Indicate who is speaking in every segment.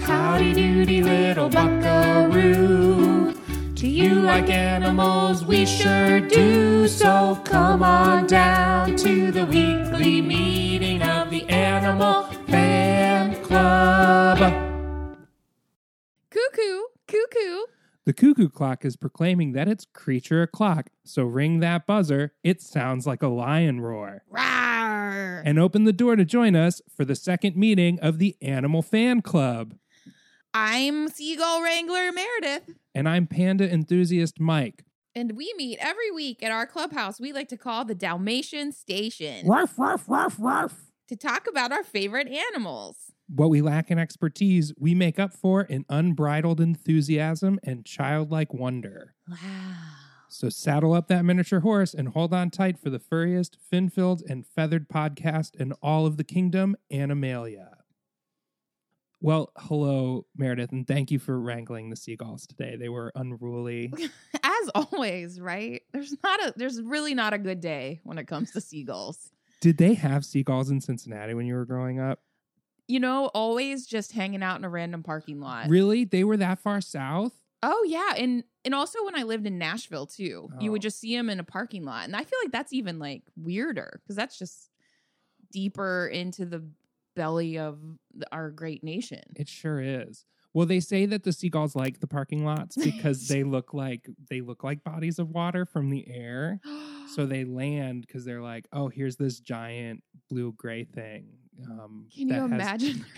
Speaker 1: howdy doody little buckaroo. To you like animals, we sure do. So come on down to the weekly meeting of the Animal Fan Club.
Speaker 2: Cuckoo, cuckoo.
Speaker 3: The cuckoo clock is proclaiming that it's creature o'clock, so ring that buzzer. It sounds like a lion roar.
Speaker 2: Rawr.
Speaker 3: And open the door to join us for the second meeting of the Animal Fan Club.
Speaker 2: I'm Seagull Wrangler Meredith,
Speaker 3: And I'm panda enthusiast Mike.
Speaker 2: and we meet every week at our clubhouse we like to call the Dalmatian Station
Speaker 3: Ruff, ruff, ruff, ruff.
Speaker 2: to talk about our favorite animals.
Speaker 3: What we lack in expertise, we make up for in unbridled enthusiasm and childlike wonder.
Speaker 2: Wow.
Speaker 3: So saddle up that miniature horse and hold on tight for the furriest, fin filled, and feathered podcast in all of the kingdom, Animalia. Well, hello, Meredith, and thank you for wrangling the seagulls today. They were unruly.
Speaker 2: As always, right? There's not a there's really not a good day when it comes to seagulls.
Speaker 3: Did they have seagulls in Cincinnati when you were growing up?
Speaker 2: You know, always just hanging out in a random parking lot.
Speaker 3: Really? They were that far south?
Speaker 2: Oh yeah, and and also when I lived in Nashville too,
Speaker 3: Oh.
Speaker 2: you would just see him in a parking lot, and I feel like that's even like weirder because that's just deeper into the belly of th- our great nation.
Speaker 3: It sure is. Well, they say that the seagulls like the parking lots because they look like they look like bodies of water from the air. So they land because they're like, oh, here's this giant blue gray thing. Um,
Speaker 2: can
Speaker 3: that
Speaker 2: you
Speaker 3: has
Speaker 2: imagine their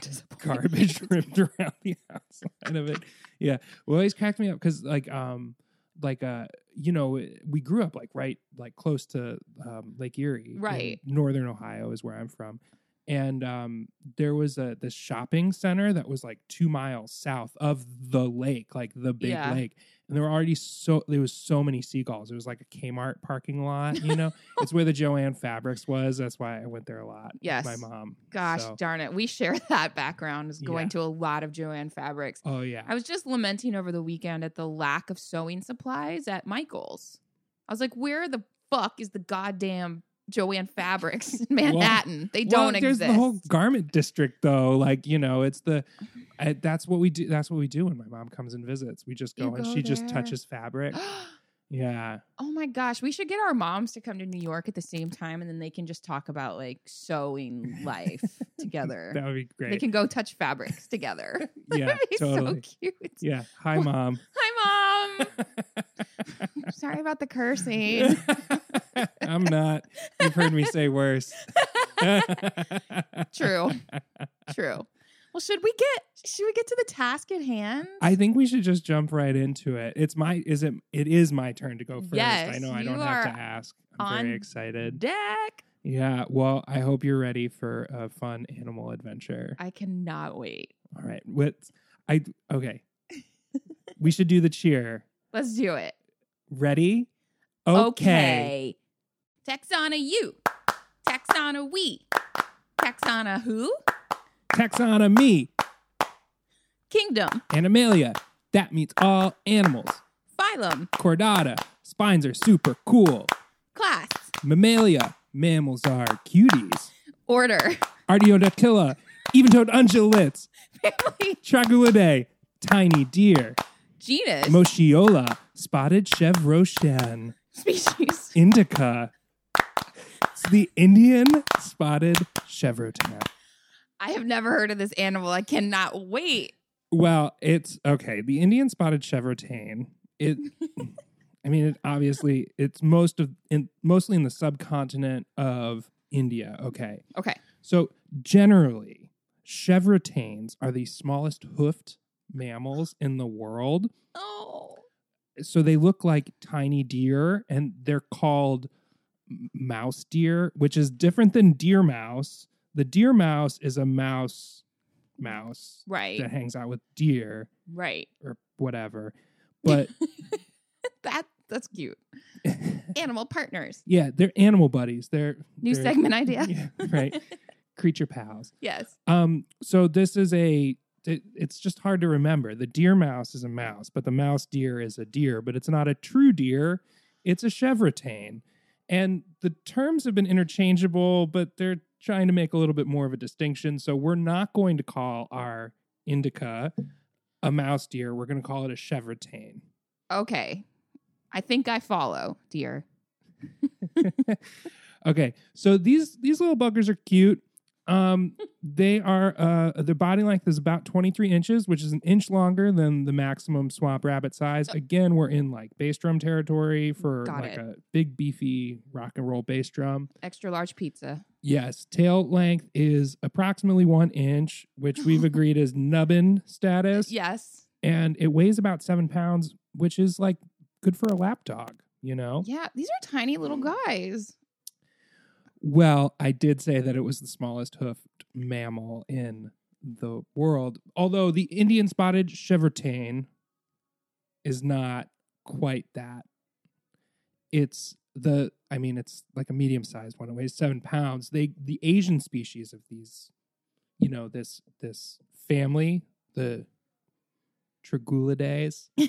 Speaker 2: disappointment?
Speaker 3: Garbage ripped around the outside of it. Yeah. Well, it always cracked me up because, like, um, like uh, you know, we grew up like right, like close to um, Lake Erie, in
Speaker 2: Right.
Speaker 3: Northern Ohio is where I'm from, and um, there was a this shopping center that was like two miles south of the lake, like the big
Speaker 2: Yeah.
Speaker 3: lake, and there were already so there was so many seagulls. It was like a Kmart parking lot, you know. it's where the Joanne Fabrics was. That's why I went there a lot. with
Speaker 2: Yes.
Speaker 3: my mom.
Speaker 2: Gosh
Speaker 3: So-
Speaker 2: darn it, we share that background. Is going
Speaker 3: Yeah.
Speaker 2: to a lot of Joanne Fabrics.
Speaker 3: oh yeah.
Speaker 2: I was just lamenting over the weekend at the lack of sewing supplies at Michael's. I was like, where the fuck is the goddamn Joanne Fabrics in
Speaker 3: Well-
Speaker 2: Manhattan? they
Speaker 3: well,
Speaker 2: don't
Speaker 3: there's
Speaker 2: exist. Uh-huh.
Speaker 3: the whole garment district though like you know it's the I, that's what we do that's what we do when my mom comes and visits we just go
Speaker 2: You
Speaker 3: and
Speaker 2: go
Speaker 3: she just
Speaker 2: there.
Speaker 3: touches fabric yeah
Speaker 2: oh my gosh, we should get our moms to come to New York at the same time and then they can just talk about like sewing life
Speaker 3: that
Speaker 2: together.
Speaker 3: would be
Speaker 2: They
Speaker 3: great
Speaker 2: can go touch fabrics together.
Speaker 3: yeah
Speaker 2: That'd be
Speaker 3: totally
Speaker 2: so cute.
Speaker 3: yeah hi mom
Speaker 2: Hi, mom. Sorry about the cursing.
Speaker 3: i'm not you've heard me say worse
Speaker 2: True. True. Well, should we get should we get to the task at hand?
Speaker 3: I think we should just jump right into it. It's my is it it is my turn to go first. I
Speaker 2: Yes,
Speaker 3: know I
Speaker 2: you
Speaker 3: don't have to
Speaker 2: are
Speaker 3: ask. I'm very
Speaker 2: on
Speaker 3: excited.
Speaker 2: Deck.
Speaker 3: Yeah, well, I hope you're ready for a fun animal adventure.
Speaker 2: I cannot wait.
Speaker 3: All right. What I okay. we should do the cheer.
Speaker 2: Let's do it.
Speaker 3: Ready?
Speaker 2: Okay. Text on a you. Text on a we. Text on a who?
Speaker 3: Taxonomy me
Speaker 2: Kingdom.
Speaker 3: animalia. That means all animals.
Speaker 2: Phylum.
Speaker 3: Chordata. Spines are super cool.
Speaker 2: Class.
Speaker 3: Mammalia. Mammals are cuties.
Speaker 2: Order.
Speaker 3: Artiodactyla. Even-toed ungulates.
Speaker 2: Family.
Speaker 3: Tragulidae. Tiny deer.
Speaker 2: Genus.
Speaker 3: Moschiola. Spotted chevrochen.
Speaker 2: Species.
Speaker 3: Indica. It's the Indian spotted chevrotan.
Speaker 2: I have never heard of this animal. I cannot wait.
Speaker 3: Well, it's okay. The Indian spotted chevrotain. It, I mean, it obviously it's most of in, mostly in the subcontinent of India. Okay,
Speaker 2: Okay.
Speaker 3: so generally, chevrotans are the smallest hoofed mammals in the world.
Speaker 2: Oh.
Speaker 3: So they look like tiny deer, and they're called m- mouse deer, which is different than deer mouse. The deer mouse is a mouse mouse
Speaker 2: Right.
Speaker 3: that hangs out with deer
Speaker 2: Right.
Speaker 3: or whatever. But
Speaker 2: That that's cute. Animal partners.
Speaker 3: yeah, they're animal buddies. They're
Speaker 2: New
Speaker 3: they're-
Speaker 2: segment idea.
Speaker 3: Yeah, right. Creature pals.
Speaker 2: Yes.
Speaker 3: Um, so this is a. It, it's just hard to remember. The deer mouse is a mouse, but the mouse deer is a deer, but it's not a true deer. It's a chevrotain, and the terms have been interchangeable, but they're trying to make a little bit more of a distinction. So we're not going to call our indica a mouse deer. We're going to call it a chevrotain.
Speaker 2: Okay. I think I follow, dear.
Speaker 3: okay, so these these little buggers are cute. Um, they are uh, their body length is about 23 inches, which is an inch longer than the maximum swamp rabbit size. Again, we're in like bass drum territory for
Speaker 2: Oh. Got
Speaker 3: like
Speaker 2: it.
Speaker 3: a big beefy rock and roll bass drum.
Speaker 2: Extra large pizza.
Speaker 3: Yes, tail length is approximately one inch, which we've agreed is nubbin status,
Speaker 2: Yes.
Speaker 3: and it weighs about seven pounds, which is like good for a lap dog. You know,
Speaker 2: Yeah, these are tiny little
Speaker 3: Oh.
Speaker 2: guys.
Speaker 3: Well, I did say that it was the smallest hoofed mammal in the world, although the Indian spotted chevrotain is not quite that. It's the I mean, it's like a medium sized one. It weighs seven pounds. They the Asian species of these, you know, this this family, the Tragulidaes.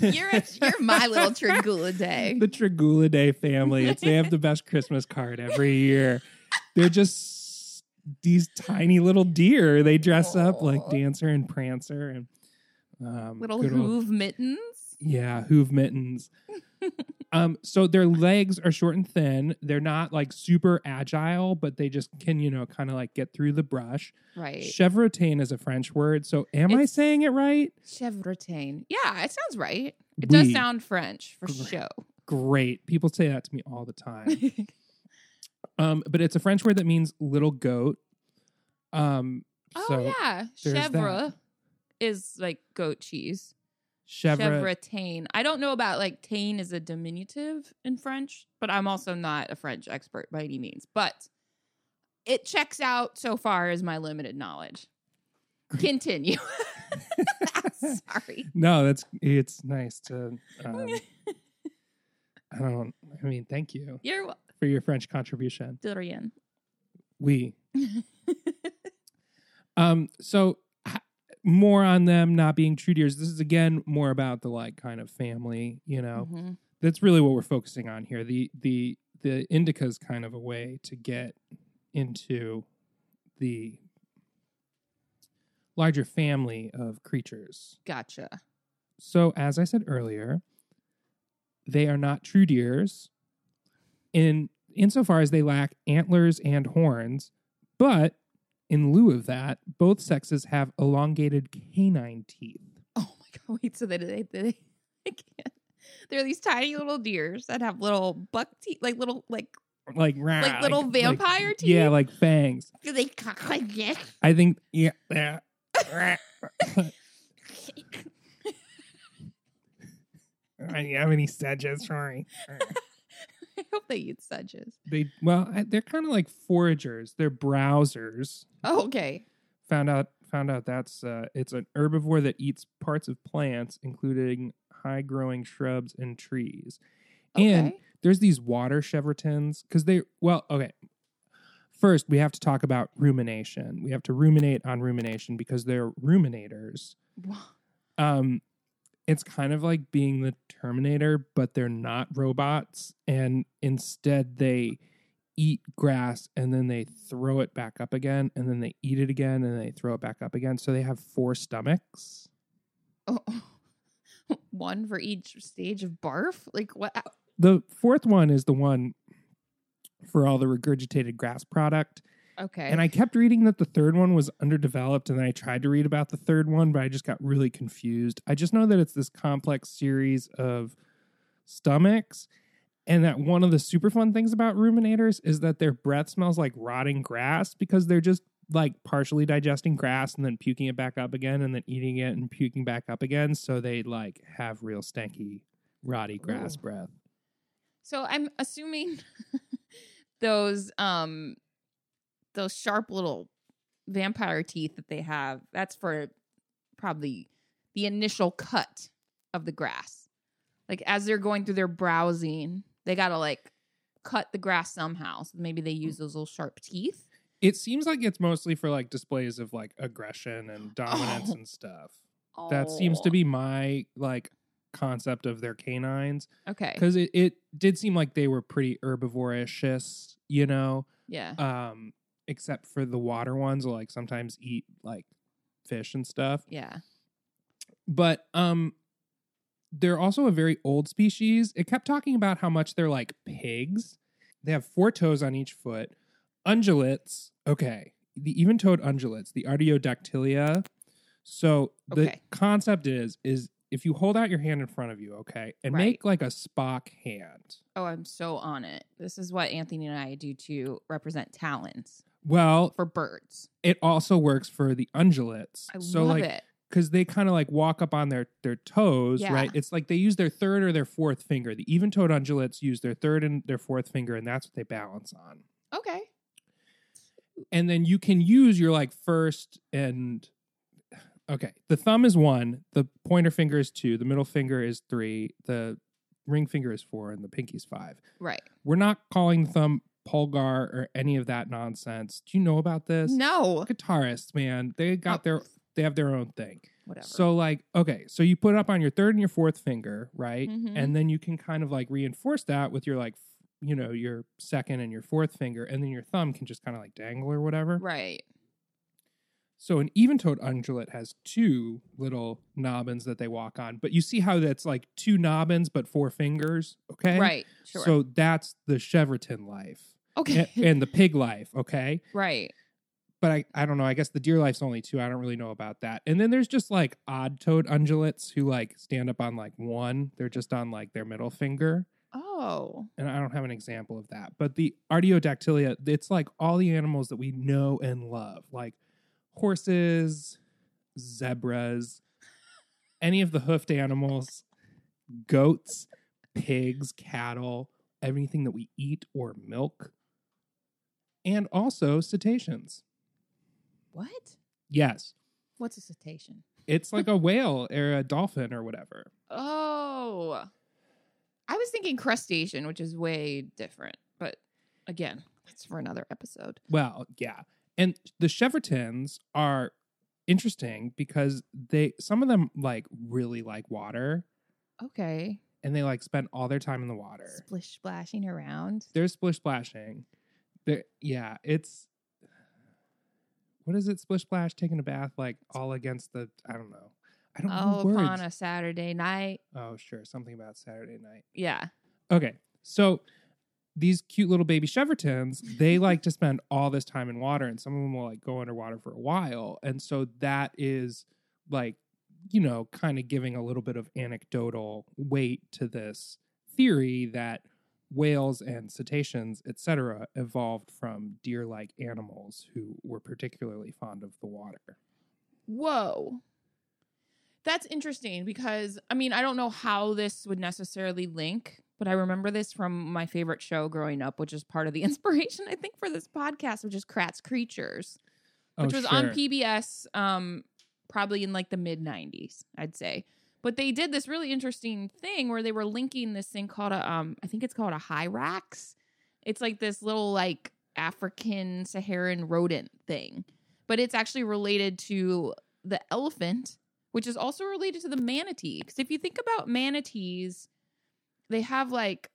Speaker 2: You're a, you're my little trigulidae.
Speaker 3: the Tragulidae family. It's they have the best Christmas card every year. They're just these tiny little deer. They dress up like
Speaker 2: Aw.
Speaker 3: Dancer and Prancer and um,
Speaker 2: Little
Speaker 3: good old-
Speaker 2: hoove mittens.
Speaker 3: yeah, hoof mittens. um, so their legs are short and thin. They're not like super agile, but they just can you know kind of like get through the brush.
Speaker 2: Right.
Speaker 3: Chevrotain is a French word, so am I
Speaker 2: It's-
Speaker 3: saying it right?
Speaker 2: Chevrotain. Yeah, it sounds right. It
Speaker 3: Oui.
Speaker 2: does sound French for
Speaker 3: Great.
Speaker 2: show.
Speaker 3: Great. People say that to me all the time. Um, but it's a French word that means little goat. Um,
Speaker 2: oh
Speaker 3: so
Speaker 2: yeah,
Speaker 3: there's that.
Speaker 2: chevre is like goat cheese.
Speaker 3: chevre,
Speaker 2: Chevrotain. I don't know about like tain is a diminutive in French, but I'm also not a French expert by any means. But it checks out so far as my limited knowledge. Continue. Sorry.
Speaker 3: no, that's it's nice to. Um, I don't. I mean, thank you
Speaker 2: You're wel-
Speaker 3: for your French contribution.
Speaker 2: Dorian.
Speaker 3: We. um. So h- more on them not being true deers. This is again more about the like kind of family. You know,
Speaker 2: Mhm.
Speaker 3: that's really what we're focusing on here. The the the indica is kind of a way to get into the larger family of creatures.
Speaker 2: Gotcha.
Speaker 3: So as I said earlier, they are not true deers in insofar as they lack antlers and horns, but in lieu of that, both sexes have elongated canine teeth.
Speaker 2: Oh my god! Wait, so they they they, they I can't. They're these tiny little deers that have little buck teeth, like little like
Speaker 3: Like, rah,
Speaker 2: Like little vampire teeth?
Speaker 3: Yeah, like fangs.
Speaker 2: do they cock like this?
Speaker 3: I think yeah. yeah. I don't have any sedges, sorry.
Speaker 2: I hope they eat sedges.
Speaker 3: They well, I- they're kind of like foragers. They're browsers.
Speaker 2: Oh, okay.
Speaker 3: Found out found out that's uh, it's an herbivore that eats parts of plants, including high growing shrubs and trees.
Speaker 2: Okay.
Speaker 3: And there's these water chevrotins because they well okay first we have to talk about rumination we have to ruminate on rumination because they're ruminators
Speaker 2: Wha-
Speaker 3: um it's kind of like being the terminator but they're not robots and instead they eat grass and then they throw it back up again and then they eat it again and they throw it back up again so they have four stomachs
Speaker 2: oh, one for each stage of barf. Like what?
Speaker 3: the fourth one is the one for all the regurgitated grass product
Speaker 2: Okay.
Speaker 3: And I kept reading that the third one was underdeveloped, and then I tried to read about the third one, but I just got really confused. I just know that it's this complex series of stomachs, and that one of the super fun things about ruminators is that their breath smells like rotting grass because they're just like partially digesting grass and then puking it back up again and then eating it and puking back up again. So they like have real stanky, rotty grass
Speaker 2: Ooh.
Speaker 3: breath.
Speaker 2: so I'm assuming those um those sharp little vampire teeth that they have. That's for probably the initial cut of the grass. Like as they're going through their browsing, they gotta like cut the grass somehow. So maybe they use those little sharp teeth.
Speaker 3: It seems like it's mostly for like displays of like aggression and dominance
Speaker 2: Oh.
Speaker 3: and stuff. That seems
Speaker 2: Oh,
Speaker 3: to be my like concept of their canines
Speaker 2: Oh, okay.
Speaker 3: because it, it did seem like they were pretty herbivorous, you know.
Speaker 2: Yeah.
Speaker 3: Um, except for the water ones, will like sometimes eat like fish and stuff.
Speaker 2: Yeah.
Speaker 3: But um they're also a very old species. It kept talking about how much they're like pigs. They have four toes on each foot. Ungulates, okay. The even-toed ungulates, the Artiodactylia. So the
Speaker 2: Okay.
Speaker 3: concept is is if you hold out your hand in front of you, okay, and
Speaker 2: Right.
Speaker 3: make like a Spock hand.
Speaker 2: Oh, I'm so on it. This is what Anthony and I do to represent talons
Speaker 3: Well,
Speaker 2: for birds.
Speaker 3: it also works for the ungulates.
Speaker 2: I
Speaker 3: so
Speaker 2: love
Speaker 3: like
Speaker 2: it.
Speaker 3: because they kind of like walk up on their their toes,
Speaker 2: Yeah.
Speaker 3: right? It's like they use their third or their fourth finger. The even-toed ungulates use their third and their fourth finger, and that's what they balance on.
Speaker 2: Okay.
Speaker 3: And then you can use your like first and okay, the thumb is one, the pointer finger is two, the middle finger is three, the ring finger is four, and the pinky's five.
Speaker 2: Right.
Speaker 3: We're not calling the thumb pulgar or any of that nonsense. Do you know about this?
Speaker 2: No.
Speaker 3: Guitarists, man, they got
Speaker 2: Oh.
Speaker 3: their they have their own thing.
Speaker 2: Whatever.
Speaker 3: So like, okay, so you put it up on your third and your fourth finger, right?
Speaker 2: Mhm.
Speaker 3: And then you can kind of like reinforce that with your like, f- you know, your second and your fourth finger, and then your thumb can just kind of like dangle or whatever.
Speaker 2: right.
Speaker 3: So an even-toed ungulate has two little nobbins that they walk on, but you see how that's like two nobbins but four fingers, okay?
Speaker 2: Right. Sure.
Speaker 3: So that's the Cheverton life
Speaker 2: okay.
Speaker 3: and, and the pig life, okay?
Speaker 2: right.
Speaker 3: but I, I don't know. I guess the deer life's only two. I don't really know about that. And then there's just like odd toed ungulates who like stand up on like one. They're just on like their middle finger.
Speaker 2: Oh.
Speaker 3: And I don't have an example of that. But the Artiodactylia, it's like all the animals that we know and love, like horses, zebras, any of the hoofed animals, goats, pigs, cattle, everything that we eat or milk, and also cetaceans.
Speaker 2: What?
Speaker 3: Yes.
Speaker 2: What's a cetacean?
Speaker 3: It's like a whale or a dolphin or whatever.
Speaker 2: Oh. I was thinking crustacean, which is way different. But again, that's for another episode.
Speaker 3: Well, yeah. And the Chevertons are interesting because they some of them like really like water
Speaker 2: Okay.
Speaker 3: and they like spend all their time in the water.
Speaker 2: Splish splashing around.
Speaker 3: They're splish splashing. They're yeah, it's what is it? Splish splash, taking a bath, like all against the I don't know. I don't
Speaker 2: Oh,
Speaker 3: know words.
Speaker 2: upon a Saturday night.
Speaker 3: Oh, sure, something about Saturday night.
Speaker 2: Yeah.
Speaker 3: Okay. So these cute little baby Chevertons, they like to spend all this time in water, and some of them will like go underwater for a while. And so that is like, you know, kind of giving a little bit of anecdotal weight to this theory that whales and cetaceans, etc., evolved from deer like animals who were particularly fond of the water.
Speaker 2: Whoa. That's interesting because I mean, I don't know how this would necessarily link, but I remember this from my favorite show growing up, which is part of the inspiration, I think, for this podcast, which is Kratz Creatures,
Speaker 3: Oh,
Speaker 2: which was on
Speaker 3: sure.
Speaker 2: PBS um, probably in like the mid 90s, I'd say. But they did this really interesting thing where they were linking this thing called a, um, I think it's called a hyrax. It's like this little like African Saharan rodent thing, but it's actually related to the elephant, which is also related to the manatee. Because if you think about manatees, they have like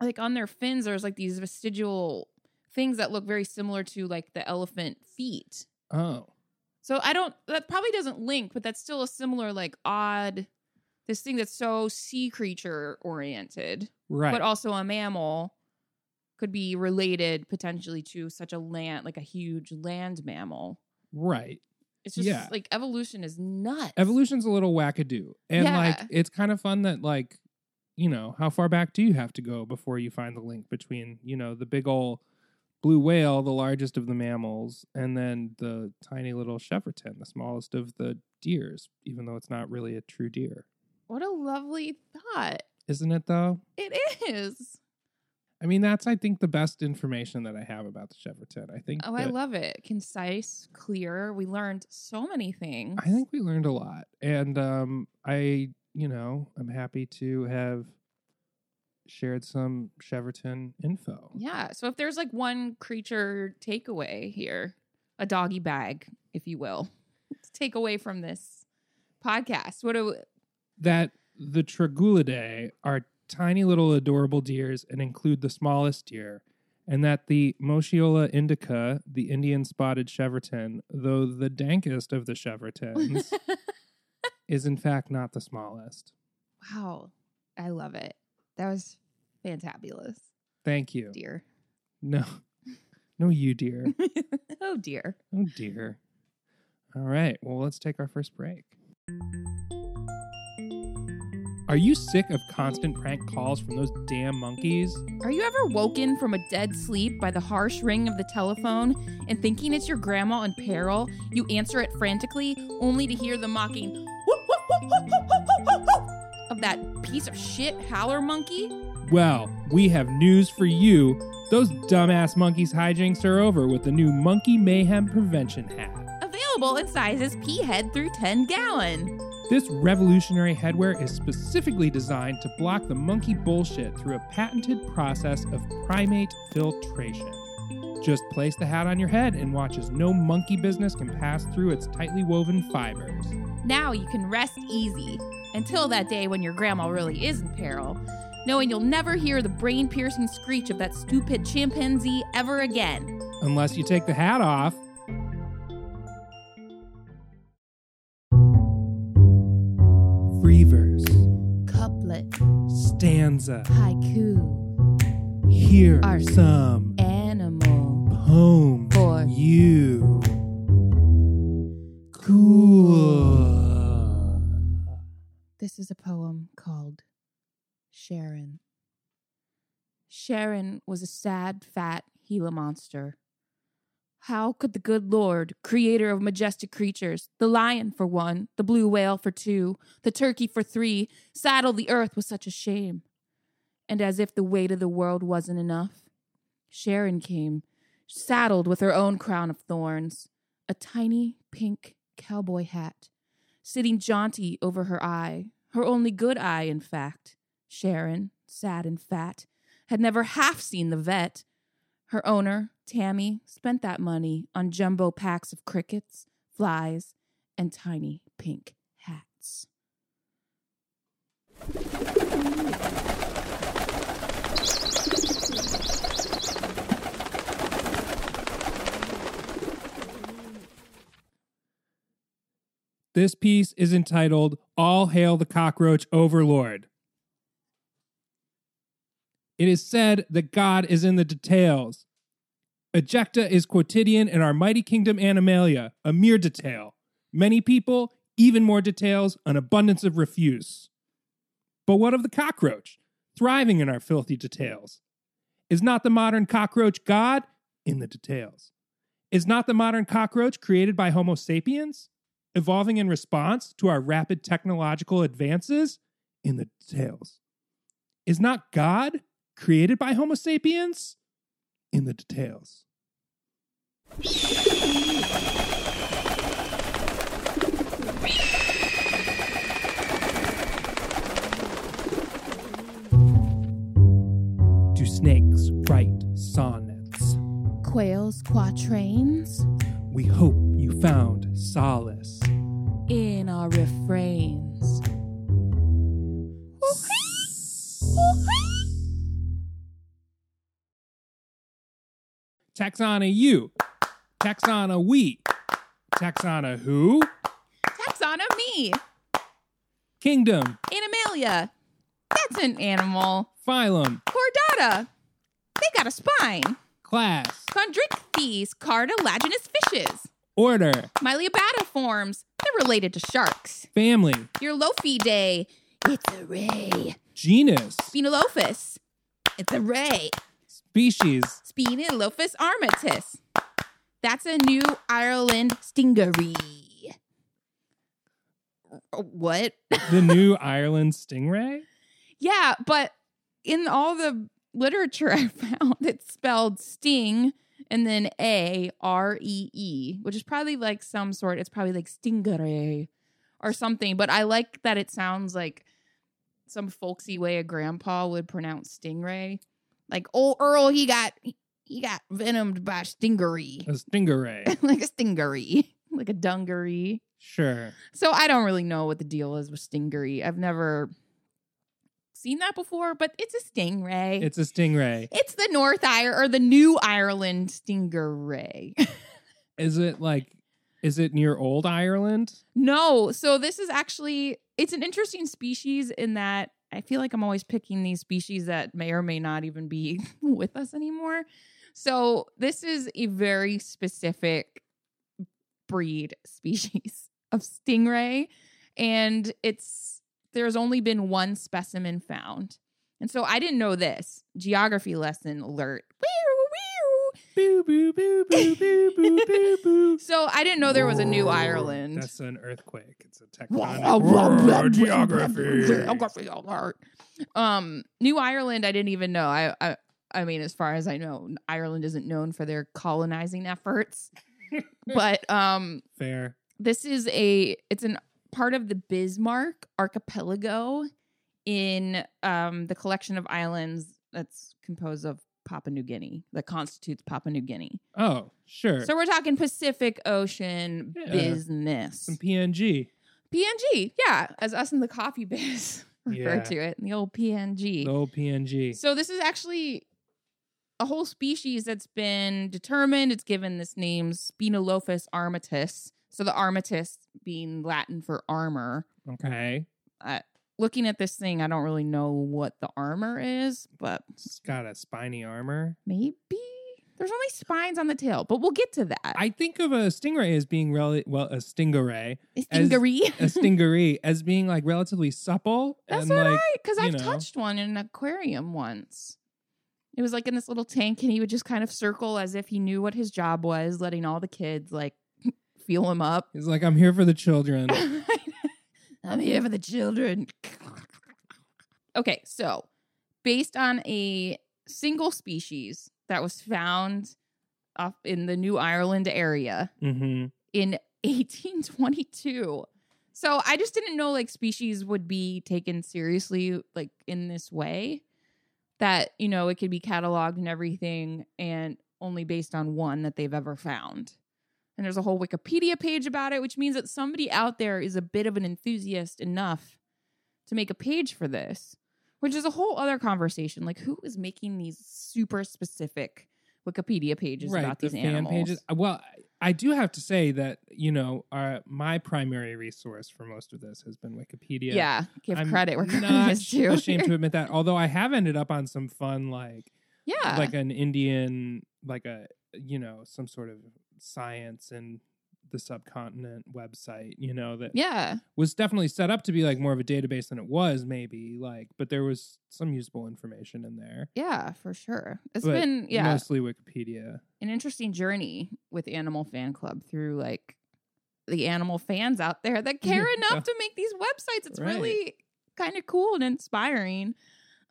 Speaker 2: like on their fins there's like these vestigial things that look very similar to like the elephant feet.
Speaker 3: Oh.
Speaker 2: So I don't that probably doesn't link, but that's still a similar like odd this thing that's so sea creature oriented,
Speaker 3: Right.
Speaker 2: but also a mammal could be related potentially to such a land like a huge land mammal.
Speaker 3: right.
Speaker 2: It's just
Speaker 3: Yeah.
Speaker 2: like evolution is nuts.
Speaker 3: evolution's a little wackadoo and
Speaker 2: Yeah.
Speaker 3: like it's kind of fun that like you know how far back do you have to go before you find the link between you know the big ol' blue whale the largest of the mammals and then the tiny little shepherdton the smallest of the deers even though it's not really a true deer
Speaker 2: What a lovely thought.
Speaker 3: isn't it though
Speaker 2: It is.
Speaker 3: i mean that's i think the best information that i have about the shepherdton i think
Speaker 2: Oh, I
Speaker 3: that-
Speaker 2: love it. Concise, clear. We learned so many things.
Speaker 3: I think we learned a lot, and um, I, you know, I'm happy to have shared some Cheverton info.
Speaker 2: Yeah. So if there's like one creature takeaway here, a doggy bag, if you will, to take away from this podcast, what do
Speaker 3: That the Tragulidae are tiny little adorable deers and include the smallest deer, and that the Moschiola indica, the Indian spotted Cheverton, though the dankest of the Chevertons, is in fact not the smallest.
Speaker 2: wow. I love it. That was fantabulous, Oh,
Speaker 3: Thank you.
Speaker 2: dear.
Speaker 3: No, no, you dear.
Speaker 2: oh, dear.
Speaker 3: Oh dear. All right. Well, let's take our first break. Are you sick of constant prank calls from those damn monkeys?
Speaker 2: Are you ever woken from a dead sleep by the harsh ring of the telephone and thinking it's your grandma in peril? You answer it frantically, only to hear the mocking "Woof, woof, woof, woof, woof, woof, woof, woof," of that piece of shit howler monkey?
Speaker 3: Well, we have news for you. Those dumbass monkeys hijinks are over with the new monkey mayhem prevention hat.
Speaker 2: Available in sizes pea head through 10 gallon.
Speaker 3: This revolutionary headwear is specifically designed to block the monkey bullshit through a patented process of primate filtration. Just place the hat on your head and watch as no monkey business can pass through its tightly woven fibers.
Speaker 2: Now you can rest easy until that day when your grandma really is in peril, knowing you'll never hear the brain piercing screech of that stupid chimpanzee ever again.
Speaker 3: Unless you take the hat off. Free verse,
Speaker 2: Couplet,
Speaker 3: stanza,
Speaker 2: haiku,
Speaker 3: here
Speaker 2: Are-
Speaker 3: are some
Speaker 2: animal.
Speaker 3: poems
Speaker 2: For-
Speaker 3: you. Cool.
Speaker 2: This is a poem called Sharon. Sharon was a sad, fat Gila monster. How could the good Lord, creator of majestic creatures, the lion for one, the blue whale for two, the turkey for three, saddle the earth with such a shame? And as if the weight of the world wasn't enough, Sharon came, saddled with her own crown of thorns, a tiny pink cowboy hat sitting jaunty over her eye, her only good eye, in fact. Sharon, sad and fat, had never half seen the vet. Her owner, Tammy, spent that money on jumbo packs of crickets, flies, and tiny pink hats.
Speaker 3: This piece is entitled All Hail the Cockroach Overlord. It is said that God is in the details. Ejecta is quotidian in our mighty kingdom Animalia, a mere detail. Many people, even more details, an abundance of refuse. But what of the cockroach, thriving in our filthy details? Is not the modern cockroach God in the details? Is not the modern cockroach created by Homo sapiens? evolving in response to our rapid technological advances in the details. Is not God created by Homo sapiens in the details? Do snakes write sonnets?
Speaker 2: Quails, quatrains,
Speaker 3: We hope you found solace.
Speaker 2: in our refrains.
Speaker 3: Taxana you. Taxana we. Taxana who?
Speaker 2: Taxonomy!
Speaker 3: Kingdom.
Speaker 2: Animalia! That's an animal.
Speaker 3: Phylum.
Speaker 2: Chordata! They got a spine.
Speaker 3: Class.
Speaker 2: Chondrichthyes, cartilaginous fishes.
Speaker 3: Order.
Speaker 2: Myliobatiforms, they're related to sharks.
Speaker 3: Family.
Speaker 2: Your Lophidae, it's a ray.
Speaker 3: Genus.
Speaker 2: Spinolophus, it's a ray.
Speaker 3: Species.
Speaker 2: Spinolophus armatus. That's a New Ireland stingery. Uh, What?
Speaker 3: The New Ireland Stingray?
Speaker 2: Yeah, but in all the literature I found, it's spelled sting and then A R E E, which is probably like some sort, it's probably like stingray or something. But I like that it sounds like some folksy way a grandpa would pronounce stingray. Like old Earl, he got he got venomed by
Speaker 3: A
Speaker 2: stingery.
Speaker 3: stingeray.
Speaker 2: like a stingery. Like a dungaree.
Speaker 3: Sure.
Speaker 2: So I don't really know what the deal is with stingery. I've never seen that before, but it's a stingray.
Speaker 3: It's a stingray.
Speaker 2: It's the North Ire or the New Ireland stingray.
Speaker 3: Is it like? Is it near Old Ireland?
Speaker 2: no, so this is actually it's an interesting species in that I feel like I'm always picking these species that may or may not even be with us anymore. So this is a very specific breed species of stingray and it's there's only been one specimen found. And so I didn't know this. Geography lesson alert. Wee-oo, wee-oo.
Speaker 3: Boo boo boo boo boo boo boo boo.
Speaker 2: So I didn't know there was a new
Speaker 3: Whoa.
Speaker 2: Ireland.
Speaker 3: That's an earthquake. It's a tectonic Whoa, Oh, geography.
Speaker 2: Geography alert. Um, New Ireland, I didn't even know. I, I, I mean, as far as I know, Ireland isn't known for their colonizing efforts. but um,
Speaker 3: Fair.
Speaker 2: this is a it's an part of the Bismarck archipelago in um the collection of islands that's composed of Papua New Guinea that constitutes Papua New Guinea.
Speaker 3: Oh, sure.
Speaker 2: So we're talking Pacific Ocean
Speaker 3: Yeah.
Speaker 2: business.
Speaker 3: Some PNG.
Speaker 2: PNG, yeah, as us in the coffee biz refer
Speaker 3: Yeah.
Speaker 2: to it, the old PNG.
Speaker 3: The old PNG.
Speaker 2: So this is actually a whole species that's been determined. It's given this name Spinolophus armatus. So the armatus being Latin for armor.
Speaker 3: Okay.
Speaker 2: Looking at this thing, I don't really know what the armor is, but
Speaker 3: It's got a spiny armor.
Speaker 2: maybe there's only spines on the tail. But we'll get to that.
Speaker 3: I think of a stingray as being really well a stingray,
Speaker 2: It's
Speaker 3: as-
Speaker 2: stingery.
Speaker 3: a stingaree as being like relatively supple
Speaker 2: That's
Speaker 3: and
Speaker 2: what
Speaker 3: like
Speaker 2: I because
Speaker 3: you
Speaker 2: I've
Speaker 3: know.
Speaker 2: touched one in an aquarium once. It was like in this little tank, and he would just kind of circle as if he knew what his job was, letting all the kids like feel him up.
Speaker 3: he's like I'm here for the children.
Speaker 2: I'm here for the children. okay, so based on a single species that was found off in the New Ireland area,
Speaker 3: mm-hmm.
Speaker 2: in 1822. So I just didn't know like species would be taken seriously like in this way that you know it could be cataloged and everything and only based on one that they've ever found. And there's a whole Wikipedia page about it, which means that somebody out there is a bit of an enthusiast enough to make a page for this, which is a whole other conversation. Like who is making these super specific Wikipedia pages about these animals?
Speaker 3: Uh, Well, I do have to say that you know our, my primary resource for most of this has been Wikipedia.
Speaker 2: Yeah, give
Speaker 3: I'm
Speaker 2: credit where credit
Speaker 3: not
Speaker 2: is due.
Speaker 3: ashamed to admit that. Although I have ended up on some fun like
Speaker 2: yeah,
Speaker 3: like an Indian, like a you know some sort of science and the subcontinent website, you know that
Speaker 2: yeah,
Speaker 3: was definitely set up to be like more of a database than it was maybe like, but there was some usable information in there.
Speaker 2: yeah, for sure. It's
Speaker 3: But
Speaker 2: been yeah
Speaker 3: mostly Wikipedia.
Speaker 2: an interesting journey with Animal Fan Club through like the animal fans out there that care
Speaker 3: Yeah.
Speaker 2: enough to make these websites. It's
Speaker 3: Right.
Speaker 2: really kind of cool and inspiring.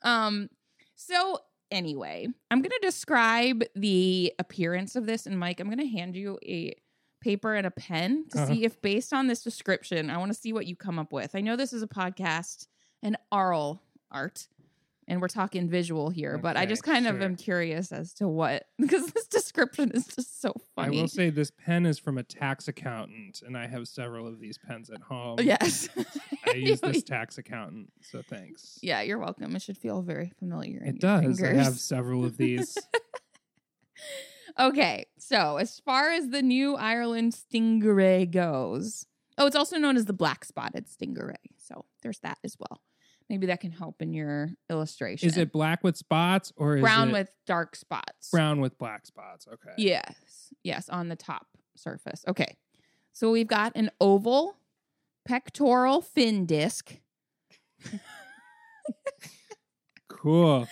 Speaker 2: Um, so anyway, I'm gonna describe the appearance of this, and Mike, I'm gonna hand you a paper and a pen to
Speaker 3: Uh-huh.
Speaker 2: see if, based on this description, I want to see what you come up with. I know this is a podcast and oral art. And we're talking visual here, but I
Speaker 3: Okay,
Speaker 2: just kind of
Speaker 3: sure.
Speaker 2: am curious as to what because this description is just so funny.
Speaker 3: I will say this pen is from a tax accountant, and I have several of these pens at home.
Speaker 2: Oh, yes.
Speaker 3: I use this tax accountant, so thanks.
Speaker 2: yeah, you're welcome. It should feel very familiar. in
Speaker 3: It
Speaker 2: your
Speaker 3: does. I
Speaker 2: fingers.
Speaker 3: have several of these.
Speaker 2: Okay, so as far as the New Ireland stingray goes, oh, it's also known as the black spotted stingray. So there's that as well. Maybe that can help in your illustration.
Speaker 3: is it black with spots or is
Speaker 2: brown
Speaker 3: it
Speaker 2: with dark spots?
Speaker 3: brown with black spots? Okay.
Speaker 2: Yes. Yes, on the top surface. Okay. So we've got an oval pectoral fin disc.
Speaker 3: Cool.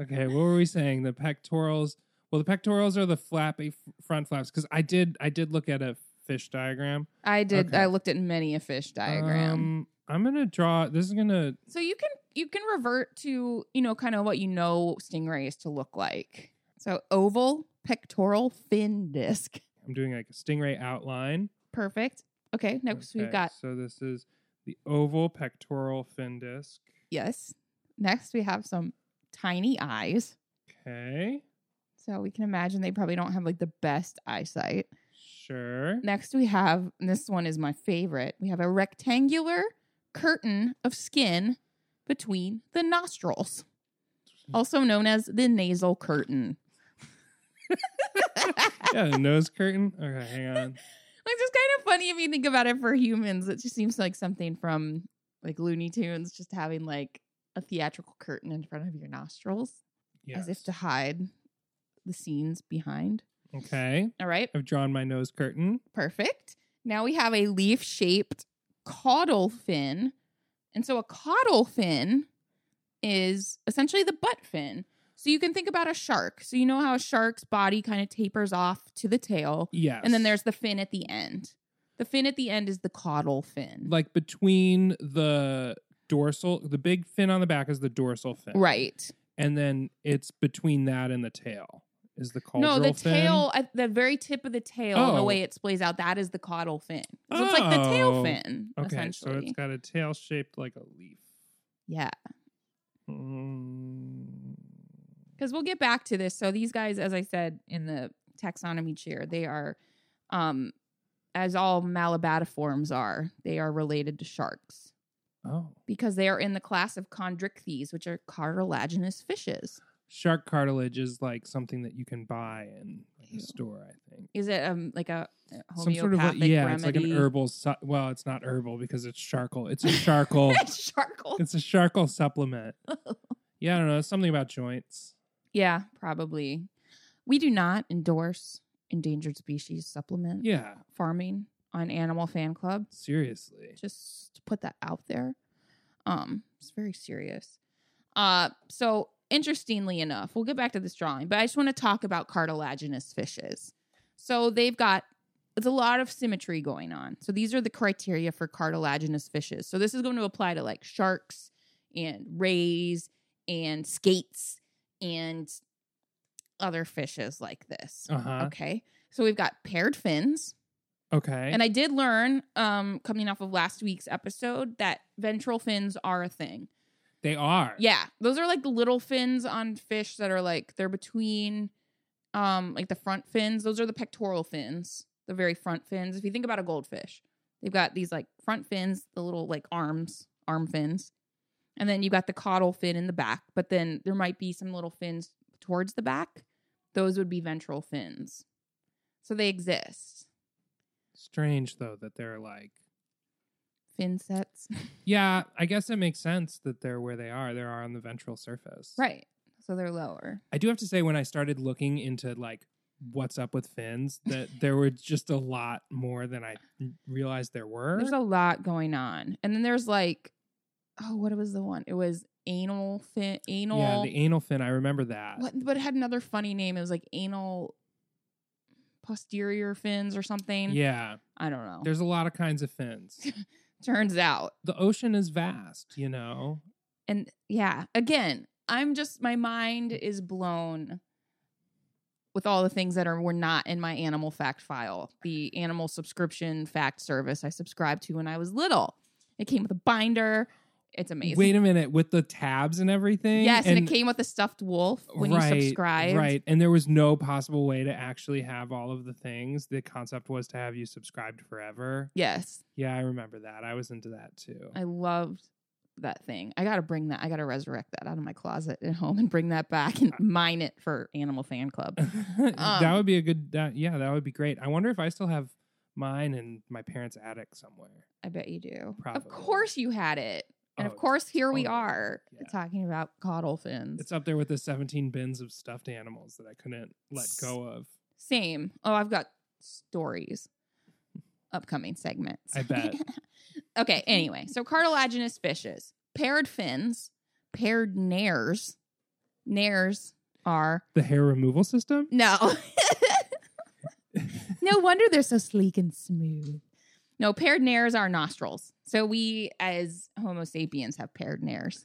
Speaker 3: Okay, what were we saying? The pectorals. Well, the pectorals are the flappy f- front flaps because I did I did look at a fish diagram.
Speaker 2: I did
Speaker 3: Okay.
Speaker 2: I looked at many a fish diagram.
Speaker 3: Um, I'm gonna draw. This is gonna.
Speaker 2: so you can you can revert to, you know, kind of what you know stingrays to look like. So oval pectoral fin disc.
Speaker 3: I'm doing like a stingray outline.
Speaker 2: Perfect. Okay, next we've
Speaker 3: Okay,
Speaker 2: got
Speaker 3: So this is the oval pectoral fin disc.
Speaker 2: yes. Next we have some tiny eyes.
Speaker 3: Okay,
Speaker 2: So we can imagine they probably don't have like the best eyesight.
Speaker 3: sure.
Speaker 2: Next, we have and this one is my favorite. We have a rectangular curtain of skin between the nostrils, also known as the nasal curtain.
Speaker 3: Yeah, the nose curtain. Okay, hang on.
Speaker 2: It's just kind of funny if you think about it for humans. It just seems like something from like Looney Tunes, just having like a theatrical curtain in front of your nostrils
Speaker 3: Yes.
Speaker 2: as if to hide the scenes behind.
Speaker 3: okay,
Speaker 2: All right,
Speaker 3: I've drawn my nose curtain.
Speaker 2: perfect. Now we have a leaf shaped caudal fin. And so a caudal fin is essentially the butt fin. So you can think about a shark. So you know how a shark's body kind of tapers off to the tail.
Speaker 3: Yes.
Speaker 2: And then there's the fin at the end. The fin at the end is the caudal fin.
Speaker 3: like between the dorsal, the big fin on the back is the dorsal fin,
Speaker 2: right.
Speaker 3: And then it's between that and the tail is the caudal
Speaker 2: no, the
Speaker 3: fin.
Speaker 2: tail at the very tip of the tail, the
Speaker 3: Oh.
Speaker 2: way it splays out, that is the caudal fin. So it's like the tail
Speaker 3: Oh.
Speaker 2: fin,
Speaker 3: Okay, so
Speaker 2: essentially.
Speaker 3: it's got a tail shaped like a leaf.
Speaker 2: yeah.
Speaker 3: Mm.
Speaker 2: Because we'll get back to this. So these guys, as I said in the taxonomy chair, they are um as all malabatiforms are, they are related to sharks
Speaker 3: Oh,
Speaker 2: because they are in the class of chondrichthyes, which are cartilaginous fishes.
Speaker 3: shark cartilage is like something that you can buy in like,
Speaker 2: Ew.
Speaker 3: a store, I think.
Speaker 2: Is it um like a homeopathic
Speaker 3: Some sort of like, yeah, it's like an
Speaker 2: remedy?
Speaker 3: herbal. Su- well, it's not herbal because it's charcoal. It's a charcoal.
Speaker 2: Charcoal.
Speaker 3: it's a charcoal supplement. Yeah, I don't know. It's something about joints.
Speaker 2: Yeah, probably. We do not endorse endangered species supplement
Speaker 3: Yeah,
Speaker 2: farming on Animal Fan Club.
Speaker 3: seriously.
Speaker 2: Just to put that out there. Um, it's very serious. Uh, so interestingly enough, we'll get back to this drawing, but I just want to talk about cartilaginous fishes. So they've got it's a lot of symmetry going on. So these are the criteria for cartilaginous fishes. So this is going to apply to like sharks and rays and skates and other fishes like this.
Speaker 3: Uh huh.
Speaker 2: Okay. So we've got paired fins.
Speaker 3: Okay.
Speaker 2: And I did learn, um, coming off of last week's episode, that ventral fins are a thing.
Speaker 3: they are.
Speaker 2: Yeah, those are like the little fins on fish that are like they're between, um, like the front fins. Those are the pectoral fins, the very front fins. If you think about a goldfish, they've got these like front fins, the little like arms, arm fins, and then you got the caudal fin in the back. But then there might be some little fins towards the back. Those would be ventral fins. So they exist.
Speaker 3: Strange though that they're like.
Speaker 2: Fin sets.
Speaker 3: Yeah, I guess it makes sense that they're where they are. They are on the ventral surface.
Speaker 2: Right. So they're lower.
Speaker 3: I do have to say, when I started looking into like what's up with fins, that there were just a lot more than I realized there were.
Speaker 2: There's a lot going on. And then there's like, oh, what was the one? It was anal fin, anal.
Speaker 3: Yeah, the anal fin. I remember that.
Speaker 2: what, but it had another funny name. It was like anal posterior fins or something.
Speaker 3: Yeah,
Speaker 2: I don't know.
Speaker 3: there's a lot of kinds of fins.
Speaker 2: Turns out.
Speaker 3: the ocean is vast, you know.
Speaker 2: And yeah, again, I'm just, my mind is blown with all the things that are were not in my animal fact file, the animal subscription fact service I subscribed to when I was little. It came with a binder. It's amazing.
Speaker 3: Wait a minute, with the tabs and everything.
Speaker 2: Yes, and, it came with a stuffed wolf when you subscribed.
Speaker 3: Right, and there was no possible way to actually have all of the things. The concept was to have you subscribed forever.
Speaker 2: Yes,
Speaker 3: Yeah, I remember that. I was into that too.
Speaker 2: I loved that thing. I got to bring that. I got to resurrect that out of my closet at home and bring that back and mine it for Animal Fan Club.
Speaker 3: that
Speaker 2: Um,
Speaker 3: would be a good. That, yeah, that would be great. I wonder if I still have mine in my parents' attic somewhere.
Speaker 2: I bet you do. Of
Speaker 3: Probably.
Speaker 2: course you had it. And
Speaker 3: Oh,
Speaker 2: of course here we
Speaker 3: totally.
Speaker 2: are
Speaker 3: Yeah.
Speaker 2: talking about caudal fins.
Speaker 3: It's up there with the 17 bins of stuffed animals that I couldn't let go of.
Speaker 2: Same. Oh, I've got stories. Upcoming segments.
Speaker 3: I bet.
Speaker 2: okay, anyway. So cartilaginous fishes, paired fins, paired nares. Nares are
Speaker 3: The hair removal system?
Speaker 2: no. no wonder they're so sleek and smooth. No, paired nares are nostrils. So we as Homo sapiens have paired nares.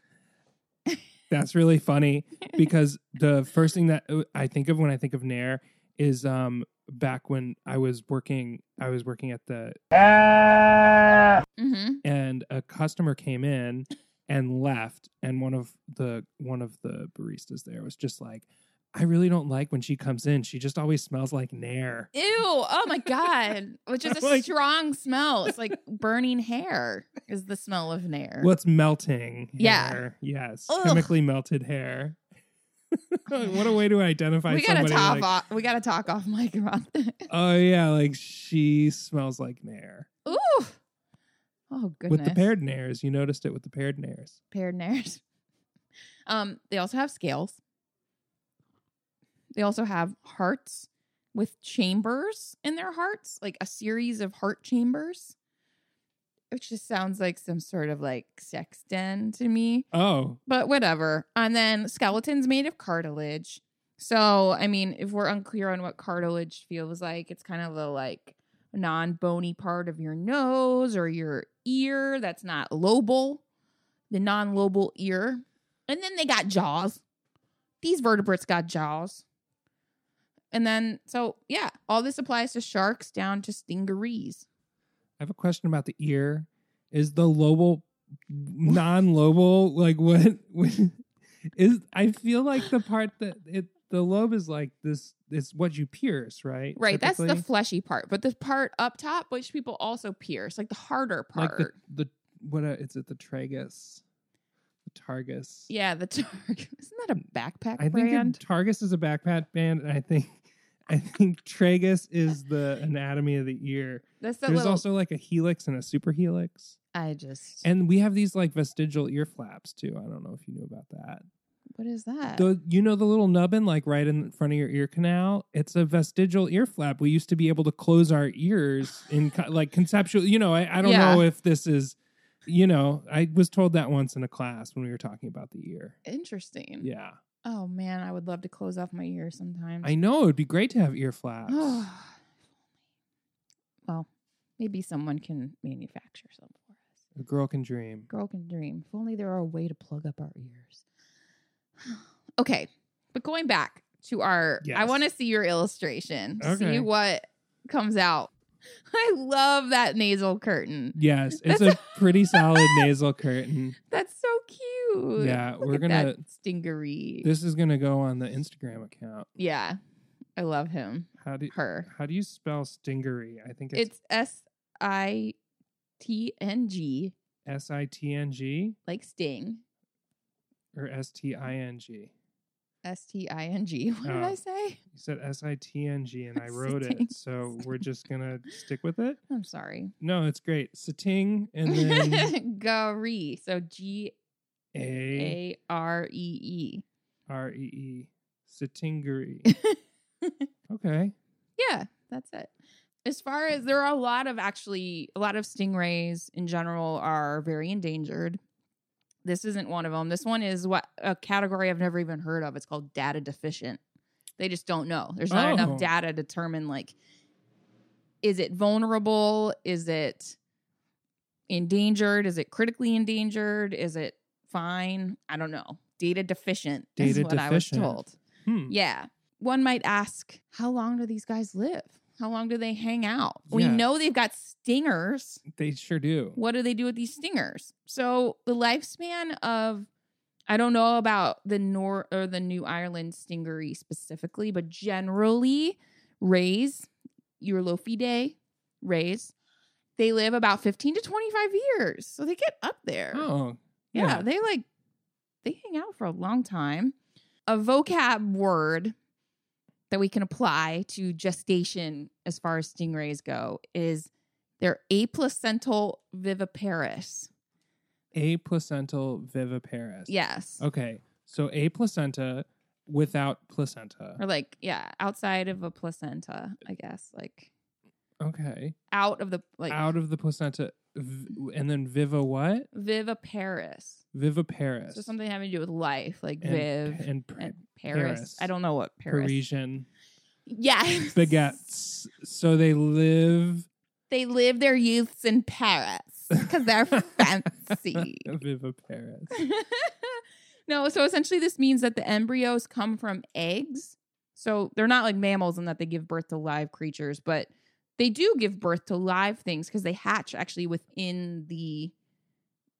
Speaker 3: That's really funny because the first thing that uh, I think of when I think of Nair is um back when I was working I was working at the
Speaker 2: Mm-hmm.
Speaker 3: and a customer came in and left and one of the one of the baristas there was just like I really don't like when she comes in. She just always smells like nair.
Speaker 2: Ew. Oh my God. Which is a
Speaker 3: Like-
Speaker 2: strong smell. It's like burning hair is the smell of Nair.
Speaker 3: Well, it's melting.
Speaker 2: Yeah.
Speaker 3: Hair. Yes.
Speaker 2: Ugh.
Speaker 3: Chemically melted hair. what a way to identify
Speaker 2: we gotta
Speaker 3: somebody.
Speaker 2: talk
Speaker 3: like,
Speaker 2: off we gotta talk off mic about that.
Speaker 3: oh yeah, like she smells like nair.
Speaker 2: Ooh. Oh goodness.
Speaker 3: With the paired nairs, you noticed it with the paired nairs.
Speaker 2: paired nairs. Um, they also have scales. They also have hearts with chambers in their hearts, like a series of heart chambers. Which just sounds like some sort of like sex den to me.
Speaker 3: Oh,
Speaker 2: But whatever. And then skeletons made of cartilage. So I mean, if we're unclear on what cartilage feels like, it's kind of the like non-bony part of your nose or your ear that's not lobal, the non-lobal ear. And then they got jaws. These vertebrates got jaws. And then so yeah, all this applies to sharks down to stingarees.
Speaker 3: I have a question about the ear. Is the lobal non-lobal like what is I feel like the part that it the lobe is like this it's what you pierce, right?
Speaker 2: Right, that's
Speaker 3: Typically?
Speaker 2: the fleshy part, but the part up top, which people also pierce, like the harder part.
Speaker 3: like the, the what uh, is it the tragus the targus
Speaker 2: Yeah, the Target. Isn't that a backpack
Speaker 3: i think
Speaker 2: brand?
Speaker 3: it- targus is a backpack band and i think i think tragus is the anatomy of the ear
Speaker 2: That's the
Speaker 3: there's
Speaker 2: little.
Speaker 3: also like a helix and a super helix
Speaker 2: I just.
Speaker 3: and we have these like vestigial ear flaps too i don't know if you knew about that
Speaker 2: what is that?
Speaker 3: the, you know the little nubbin like right in front of your ear canal it's a vestigial ear flap we used to be able to close our ears in co- like conceptual you know i, I don't
Speaker 2: Yeah.
Speaker 3: know if this is you know i was told that once in a class when we were talking about the ear
Speaker 2: Interesting.
Speaker 3: yeah
Speaker 2: Oh man, I would love to close off my ear sometimes.
Speaker 3: i know it would be great to have ear flaps
Speaker 2: well, maybe someone can manufacture some for us.
Speaker 3: a girl can dream
Speaker 2: Girl can dream. If only there were a way to plug up our ears. okay, but going back to our, I
Speaker 3: Yes.
Speaker 2: want to see your illustration. to See
Speaker 3: Okay.
Speaker 2: what comes out. I love that nasal curtain.
Speaker 3: yes it's a pretty solid nasal curtain
Speaker 2: That's so cute.
Speaker 3: Yeah,
Speaker 2: Look
Speaker 3: we're
Speaker 2: at
Speaker 3: gonna-
Speaker 2: that stingaree.
Speaker 3: this is gonna go on the instagram account
Speaker 2: yeah, I love him.
Speaker 3: how do
Speaker 2: Her.
Speaker 3: how do you spell stingery i think it's
Speaker 2: It's S I T N G,
Speaker 3: s-i-t-n-g
Speaker 2: like sting.
Speaker 3: or s-t-i-n-g
Speaker 2: S T I N G. What did
Speaker 3: Oh.
Speaker 2: I say?
Speaker 3: You said S I T N G and I wrote
Speaker 2: Sitting.
Speaker 3: it. So we're just gonna stick with it.
Speaker 2: I'm sorry.
Speaker 3: No, it's great. Sitting and then
Speaker 2: Gary. So G
Speaker 3: A
Speaker 2: A R E
Speaker 3: R E E. Sittingary.
Speaker 2: E.
Speaker 3: Okay.
Speaker 2: Yeah, that's it. As far as there are a lot of actually, a lot of stingrays in general are very endangered. This isn't one of them. This one is what a category I've never even heard of. It's called data deficient. They just don't know. There's not
Speaker 3: Oh.
Speaker 2: enough data to determine like is it vulnerable? Is it endangered? Is it critically endangered? Is it fine? I don't know. Data deficient is
Speaker 3: Data
Speaker 2: what
Speaker 3: deficient.
Speaker 2: I was told.
Speaker 3: Hmm.
Speaker 2: Yeah. One might ask, how long do these guys live? How long do they hang out? We
Speaker 3: Yeah.
Speaker 2: know they've got stingers.
Speaker 3: They sure do.
Speaker 2: What do they do with these stingers? So the lifespan of I don't know about the nor or the New Ireland stingery specifically, but generally rays, Eurylophidae rays, they live about 15 to 25 years. So they get up there.
Speaker 3: Oh.
Speaker 2: Yeah, they like they hang out for a long time. A vocab word that we can apply to gestation as far as stingrays go is they're aplacental viviparous.
Speaker 3: A placental viviparous.
Speaker 2: Yes.
Speaker 3: Okay. So a placenta without placenta.
Speaker 2: Or like, yeah, outside of a placenta, I guess. Like
Speaker 3: Okay.
Speaker 2: out of the like
Speaker 3: Out of the placenta. v- And then viva what?
Speaker 2: viviparous.
Speaker 3: Viviparous.
Speaker 2: So something having to do with life, like
Speaker 3: and,
Speaker 2: viv and,
Speaker 3: and par-
Speaker 2: Paris.
Speaker 3: Paris.
Speaker 2: I don't know what Paris.
Speaker 3: Parisian.
Speaker 2: Yes.
Speaker 3: baguettes. So they live
Speaker 2: They live their youths in Paris because they're fancy.
Speaker 3: Viva Paris.
Speaker 2: no, so essentially, this means that the embryos come from eggs. So they're not like mammals in that they give birth to live creatures, but they do give birth to live things because they hatch actually within the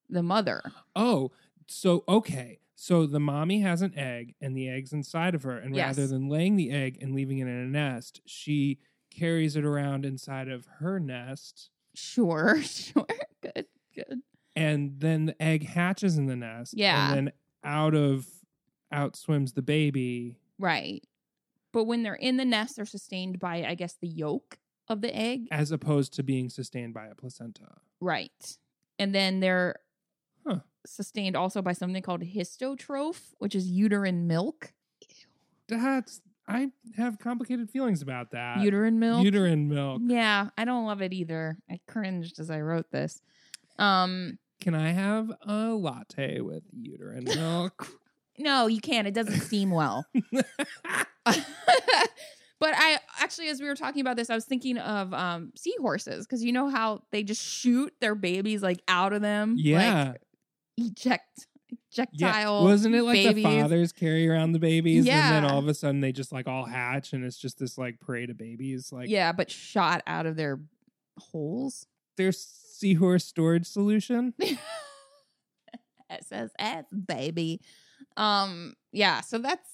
Speaker 2: the mother.
Speaker 3: Oh, so okay. So the mommy has an egg and the egg's inside of her. And
Speaker 2: Yes.
Speaker 3: rather than laying the egg and leaving it in a nest, she carries it around inside of her nest.
Speaker 2: Sure, sure. Good, good.
Speaker 3: And then the egg hatches in the nest.
Speaker 2: Yeah.
Speaker 3: And then out of out swims the baby.
Speaker 2: Right. But when they're in the nest, they're sustained by, I guess, the yolk of the egg.
Speaker 3: as opposed to being sustained by a placenta.
Speaker 2: Right. And then they're
Speaker 3: Huh.
Speaker 2: sustained also by something called histotroph, which is uterine milk.
Speaker 3: That's I have complicated feelings about that.
Speaker 2: uterine milk.
Speaker 3: Uh, Uterine milk.
Speaker 2: Yeah, I don't love it either. I cringed as I wrote this. Um,
Speaker 3: Can I have a latte with uterine milk?
Speaker 2: no, you can't. It doesn't steam well. but I actually, as we were talking about this, I was thinking of um, seahorses because you know how they just shoot their babies like out of them.
Speaker 3: yeah.
Speaker 2: like, eject, ejectile.
Speaker 3: yeah. Wasn't it like
Speaker 2: babies.
Speaker 3: the fathers carry around the babies and
Speaker 2: Yeah.
Speaker 3: then all of a sudden they just like all hatch and it's just this like parade of babies? Like
Speaker 2: yeah, but shot out of their holes.
Speaker 3: their seahorse storage solution?
Speaker 2: SSS baby. Um yeah, so that's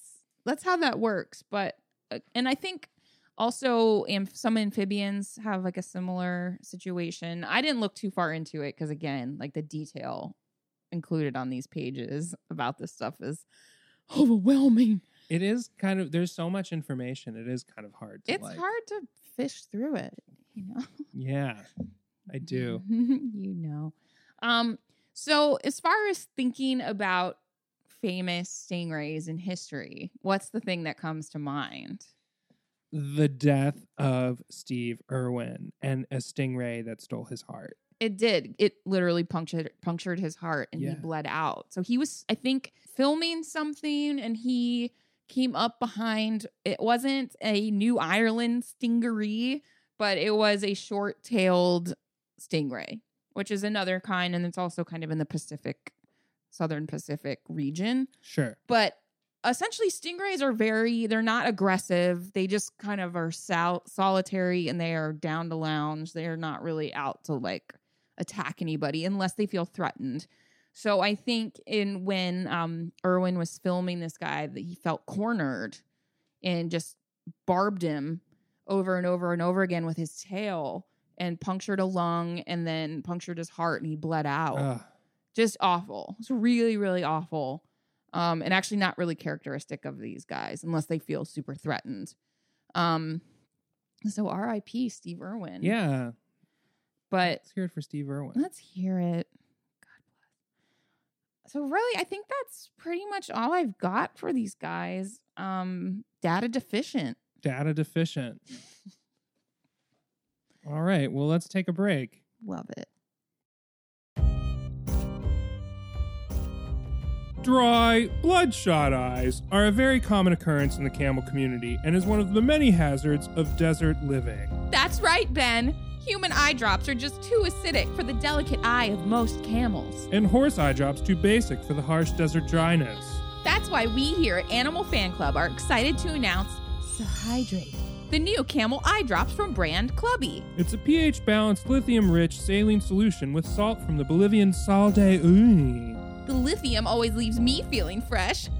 Speaker 2: that's how that works, but uh, and I think also amph- some amphibians have like a similar situation. I didn't look too far into it cuz again, like the detail included on these pages about this stuff is overwhelming.
Speaker 3: It is kind of there's so much information. It is kind of hard to
Speaker 2: It's
Speaker 3: like-
Speaker 2: hard to fish through it, you know.
Speaker 3: Yeah. I do.
Speaker 2: you know. Um, so as far as thinking about famous stingrays in history, what's the thing that comes to mind? Mm-hmm.
Speaker 3: the death of Steve Irwin and a stingray that stole his heart.
Speaker 2: It did. It literally punctured punctured his heart and
Speaker 3: Yeah.
Speaker 2: he bled out. So he was, I think, filming something and he came up behind it wasn't a New Ireland stingery, but it was a short tailed stingray, which is another kind, and it's also kind of in the Pacific, southern Pacific region.
Speaker 3: Sure.
Speaker 2: but essentially stingrays are very they're not aggressive they just kind of are sol- solitary and they are down to lounge they're not really out to like attack anybody unless they feel threatened so i think in when um erwin was filming this guy that he felt cornered and just barbed him over and over and over again with his tail and punctured a lung and then punctured his heart and he bled out
Speaker 3: Ugh.
Speaker 2: just awful. It's really, really awful. Um, and actually not really characteristic of these guys unless they feel super threatened. Um, so R.I.P. Steve Irwin.
Speaker 3: yeah.
Speaker 2: but
Speaker 3: Let's hear it for Steve Irwin.
Speaker 2: let's hear it. God bless. So really, I think that's pretty much all I've got for these guys. Um, data deficient.
Speaker 3: Data deficient. All right. Well, let's take a break.
Speaker 2: Love it.
Speaker 3: Dry, bloodshot eyes are a very common occurrence in the camel community and is one of the many hazards of desert living.
Speaker 2: That's right, Ben. Human eye drops are just too acidic for the delicate eye of most camels.
Speaker 3: And horse eye drops too basic for the harsh desert dryness.
Speaker 2: That's why we here at Animal Fan Club are excited to announce Hydrate, the new camel eye drops from brand Clubby.
Speaker 3: It's a pH balanced, lithium rich saline solution with salt from the Bolivian Sal de Uyuni.
Speaker 2: The lithium always leaves me feeling fresh.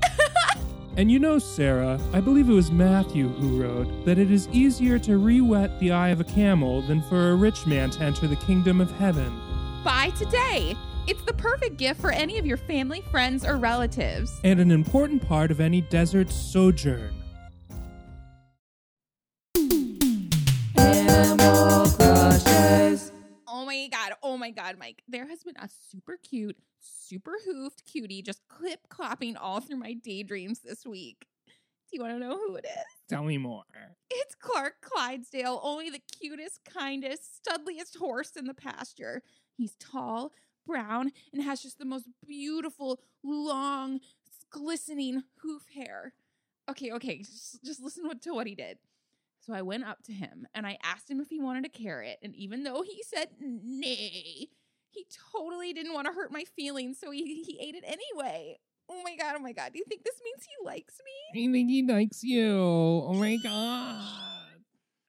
Speaker 3: And you know, Sarah, I believe it was Matthew who wrote that it is easier to re wet the eye of a camel than for a rich man to enter the kingdom of heaven.
Speaker 2: Buy today. It's the perfect gift for any of your family, friends, or relatives.
Speaker 3: And an important part of any desert sojourn.
Speaker 2: Oh my god, oh my god, Mike. There has been a super cute, super hoofed cutie just clip clopping all through my daydreams this week. Do you want to know who it is?
Speaker 3: Tell me more.
Speaker 2: It's Clark Clydesdale, only the cutest, kindest, studliest horse in the pasture. He's tall, brown, and has just the most beautiful, long, glistening hoof hair. Okay, okay, just, just listen what- to what he did. So I went up to him and I asked him if he wanted a carrot, and even though he said nay, he totally didn't want to hurt my feelings, so he, he ate it anyway. Oh my god, oh my god. Do you think this means he likes me?
Speaker 3: I think he likes you. Oh my god.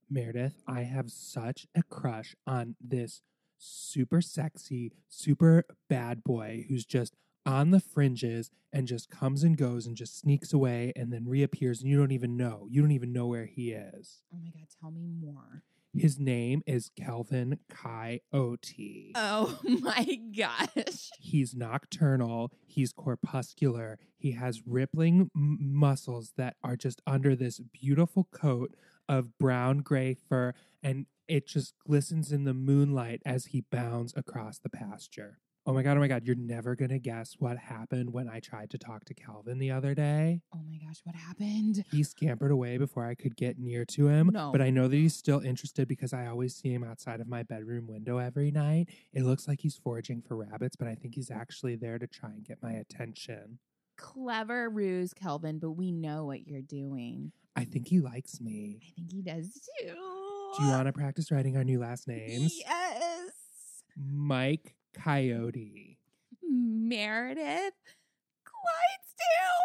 Speaker 3: Meredith, I have such a crush on this super sexy, super bad boy who's just on the fringes and just comes and goes and just sneaks away and then reappears and you don't even know. You don't even know where he is.
Speaker 2: Oh my god, tell me more.
Speaker 3: His name is Calvin Coyote.
Speaker 2: Oh my gosh.
Speaker 3: He's nocturnal. He's corpuscular. He has rippling m- muscles that are just under this beautiful coat of brown gray fur, and it just glistens in the moonlight as he bounds across the pasture. Oh my God, oh my God, you're never going to guess what happened when I tried to talk to Calvin the other day.
Speaker 2: Oh my gosh, what happened?
Speaker 3: He scampered away before I could get near to him.
Speaker 2: No.
Speaker 3: But I know that he's still interested because I always see him outside of my bedroom window every night. It looks like he's foraging for rabbits, but I think he's actually there to try and get my attention.
Speaker 2: Clever ruse, Kelvin, but we know what you're doing.
Speaker 3: I think he likes me.
Speaker 2: I think he does too.
Speaker 3: Do you want to practice writing our new last names?
Speaker 2: Yes.
Speaker 3: Mike Coyote.
Speaker 2: Meredith Clydesdale.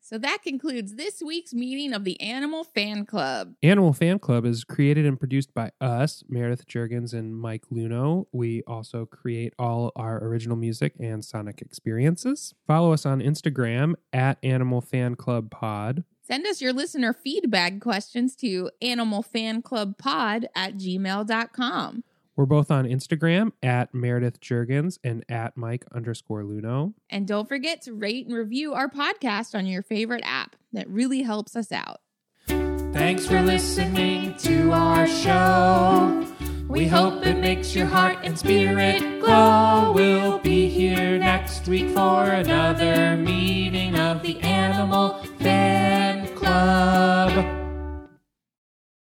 Speaker 2: So that concludes this week's meeting of the Animal Fan Club.
Speaker 3: Animal Fan Club is created and produced by us, Meredith Jurgens and Mike Luno. We also create all our original music and sonic experiences. Follow us on Instagram at Animal Fan Club Pod.
Speaker 2: Send us your listener feedback questions to animalfanclubpod at gmail.com.
Speaker 3: We're both on Instagram at Meredith Jurgens and at Mike underscore Luno.
Speaker 2: And don't forget to rate and review our podcast on your favorite app. That really helps us out.
Speaker 1: Thanks for listening to our show. We hope it makes your heart and spirit glow. We'll be here next week for another meeting of the Animal Fan Club.